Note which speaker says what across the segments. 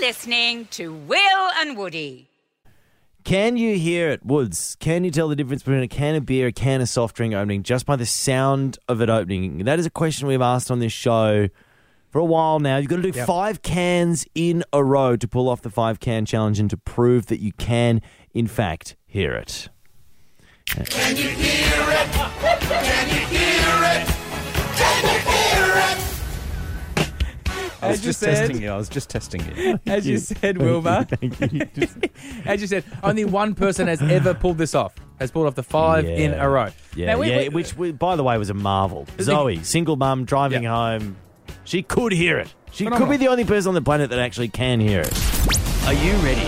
Speaker 1: listening to Will and Woody.
Speaker 2: Can you hear it, Woods? Can you tell the difference between a can of beer, a can of soft drink opening just by the sound of it opening? That is a question we've asked on this show for a while now. You've got to do
Speaker 3: Yep.
Speaker 2: five cans in a row to pull off the five can challenge and to prove that you can, in fact, hear it.
Speaker 3: I was just testing
Speaker 4: you. I was just testing you.
Speaker 3: As you said, Wilbur.
Speaker 2: Thank you.
Speaker 3: As you said, only one person has ever pulled this off. Has pulled off the five
Speaker 2: Yeah.
Speaker 3: in a row.
Speaker 2: Yeah,
Speaker 3: Now, we-
Speaker 2: yeah
Speaker 3: we-
Speaker 2: which, we, by the way, was a marvel. Zoe, single mum, driving
Speaker 3: Yeah.
Speaker 2: home. She could hear it. She
Speaker 3: Phenomenal.
Speaker 2: could be the only person on the planet that actually can hear it. Are you ready?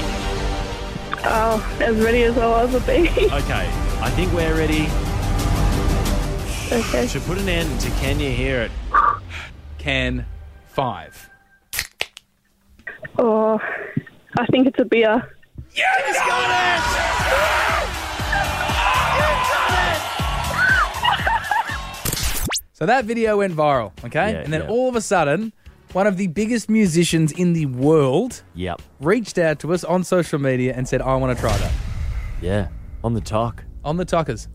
Speaker 5: Oh, as ready as I was would be.
Speaker 2: Okay, I think we're ready
Speaker 5: okay.
Speaker 2: to put an end to Can You Hear It?
Speaker 3: Can five.
Speaker 5: Oh, I think it's a beer.
Speaker 3: So that video went viral, okay?
Speaker 2: Yeah,
Speaker 3: and then
Speaker 2: yeah.
Speaker 3: all of a sudden, one of the biggest musicians in the world
Speaker 2: Yep.
Speaker 3: reached out to us on social media and said, I want to try that.
Speaker 2: Yeah, on the talk.
Speaker 3: On the Tuckers.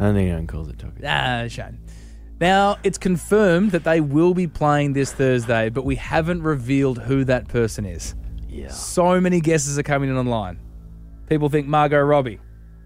Speaker 2: I don't think anyone calls it talk.
Speaker 3: Ah, shame. Now, it's confirmed that they will be playing this Thursday, but we haven't revealed who that person is.
Speaker 2: Yeah.
Speaker 3: So many guesses are coming in online. People think Margot Robbie,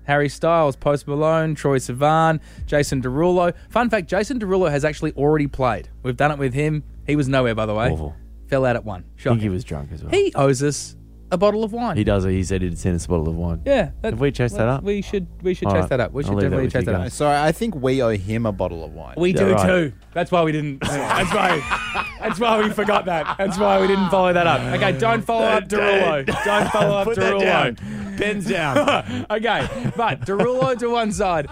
Speaker 3: Harry Styles, Post Malone, Troy Sivan, Jason Derulo. Fun fact Jason Derulo has actually already played. We've done it with him. He was nowhere, by the way.
Speaker 2: Awful.
Speaker 3: Fell out at one.
Speaker 2: I think
Speaker 3: Shocking.
Speaker 2: he was drunk as well.
Speaker 3: He owes us a bottle of wine.
Speaker 2: He does. He said he'd send us a bottle of wine.
Speaker 3: Yeah. that-
Speaker 2: Have we chased that up?
Speaker 3: We should, we should
Speaker 2: All
Speaker 3: chase
Speaker 2: right.
Speaker 3: that up. We should
Speaker 2: I'll leave that
Speaker 3: definitely
Speaker 2: with
Speaker 3: chase
Speaker 2: you
Speaker 3: that up.
Speaker 2: guys.
Speaker 4: Sorry, I think we owe him a bottle of wine.
Speaker 3: We
Speaker 2: Yeah,
Speaker 3: do
Speaker 2: right.
Speaker 3: too. That's why we didn't. That's why. That's why we forgot that. That's why we didn't follow that up. Okay, don't follow up Derulo. Don't follow up Derulo.
Speaker 2: Pens down.
Speaker 3: okay, but Derulo to one side.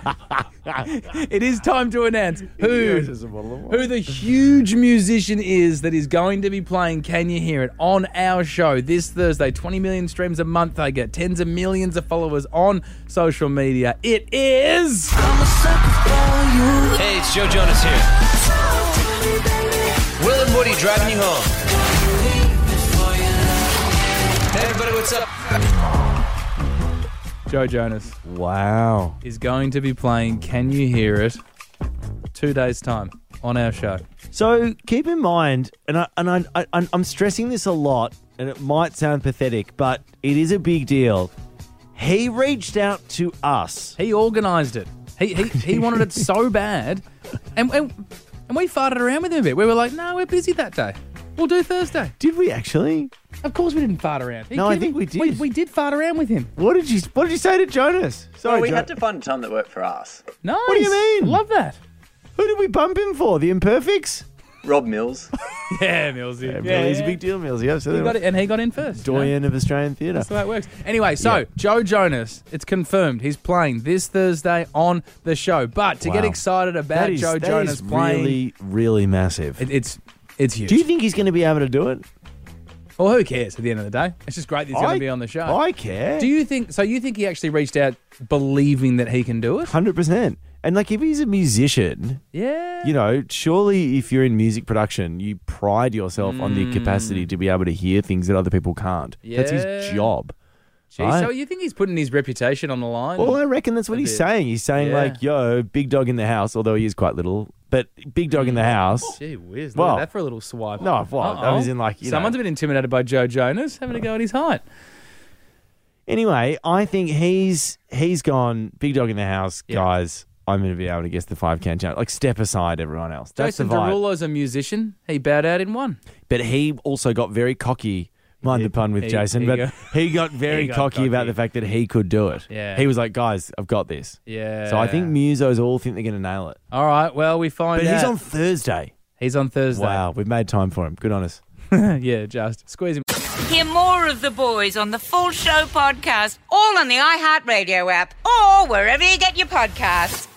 Speaker 3: it is time to announce who who the huge musician is that is going to be playing Can You Hear It on our show this Thursday. 20 million streams a month they get, tens of millions of followers on social media. It is.
Speaker 6: Hey, it's Joe Jonas here. Will and Woody driving you home. Hey, everybody, what's up?
Speaker 3: Joe Jonas
Speaker 2: Wow.
Speaker 3: is going to be playing Can You Hear It two days' time on our show.
Speaker 2: So keep in mind, and I and I, I I'm- I'm stressing this a lot, and it might sound pathetic, but it is a big deal. He reached out to us.
Speaker 3: He organised it. He, he, he wanted it so bad. And, and, and we farted around with him a bit. We were like, no, we're busy that day. We'll do Thursday.
Speaker 2: Did we actually?
Speaker 3: Of course we didn't fart around. Are you
Speaker 2: No, I think
Speaker 3: kidding?
Speaker 2: we
Speaker 3: We,
Speaker 2: did.
Speaker 3: we did fart around with him.
Speaker 2: What did you What did you say to Jonas? Sorry,
Speaker 7: Well, we
Speaker 2: Jo-
Speaker 7: had to find a time that worked for us.
Speaker 3: Nice.
Speaker 2: do you mean?
Speaker 3: Love that.
Speaker 2: Who did we bump him for? The Imperfects.
Speaker 7: Rob Mills.
Speaker 3: Yeah, Millsy. Yeah,
Speaker 2: he's a
Speaker 3: yeah.
Speaker 2: big deal, Millsy. Absolutely.
Speaker 3: He got it, and he got in first. you know?
Speaker 2: Doyen of Australian theatre.
Speaker 3: So that works. Anyway, so
Speaker 2: Yeah.
Speaker 3: Joe Jonas, it's confirmed he's playing this Thursday on the show. But to get
Speaker 2: Wow.
Speaker 3: excited about
Speaker 2: That is,
Speaker 3: Joe
Speaker 2: that
Speaker 3: Jonas
Speaker 2: is
Speaker 3: playing,
Speaker 2: really, really massive.
Speaker 3: it, it's it's huge.
Speaker 2: do you think he's going to be able to do it?
Speaker 3: well, who cares at the end of the day? It's just great that he's going to be on the show.
Speaker 2: I care.
Speaker 3: do you think? So you think he actually reached out believing that he can do it?
Speaker 2: Hundred percent. And like, if he's a musician,
Speaker 3: Yeah.
Speaker 2: you know, surely if you're in music production, you pride yourself on
Speaker 3: Mm.
Speaker 2: the capacity to be able to hear things that other people can't. That's
Speaker 3: Yeah.
Speaker 2: his job.
Speaker 3: Gee,
Speaker 2: right?
Speaker 3: So you think he's putting his reputation on the line?
Speaker 2: Well, I reckon that's what
Speaker 3: A
Speaker 2: he's
Speaker 3: bit.
Speaker 2: saying. He's saying
Speaker 3: Yeah.
Speaker 2: like, "Yo, big dog in the house," although he is quite little, but big dog in
Speaker 3: Mm.
Speaker 2: the house.
Speaker 3: Gee whiz! Look
Speaker 2: Well-
Speaker 3: at that for a little swipe.
Speaker 2: No, well, I was in like you know.
Speaker 3: someone's a bit intimidated by Joe Jonas having a go at his height.
Speaker 2: Anyway, I think he's he's gone big dog in the house,
Speaker 3: Yeah.
Speaker 2: guys. I'm going to be able to guess the five count challenge. Like step aside everyone else. That's
Speaker 3: Jason
Speaker 2: the vibe.
Speaker 3: Derulo's a musician. He bowed out in one.
Speaker 2: But he also got very cocky. Mind the pun with
Speaker 3: he-
Speaker 2: Jason,
Speaker 3: he
Speaker 2: but
Speaker 3: got-
Speaker 2: he got very
Speaker 3: he got
Speaker 2: cocky, about
Speaker 3: cocky.
Speaker 2: the fact that he could do it.
Speaker 3: Yeah.
Speaker 2: He was like, guys, I've got this.
Speaker 3: Yeah.
Speaker 2: So I think musos all think they're going to nail it.
Speaker 3: All right. Well, we find
Speaker 2: But
Speaker 3: out.
Speaker 2: he's on Thursday.
Speaker 3: He's on Thursday.
Speaker 2: Wow, we've made time for him. Good on us.
Speaker 3: yeah, just squeeze him.
Speaker 1: Hear more of the boys on the full show podcast, all on the iHeartRadio app or wherever you get your podcasts.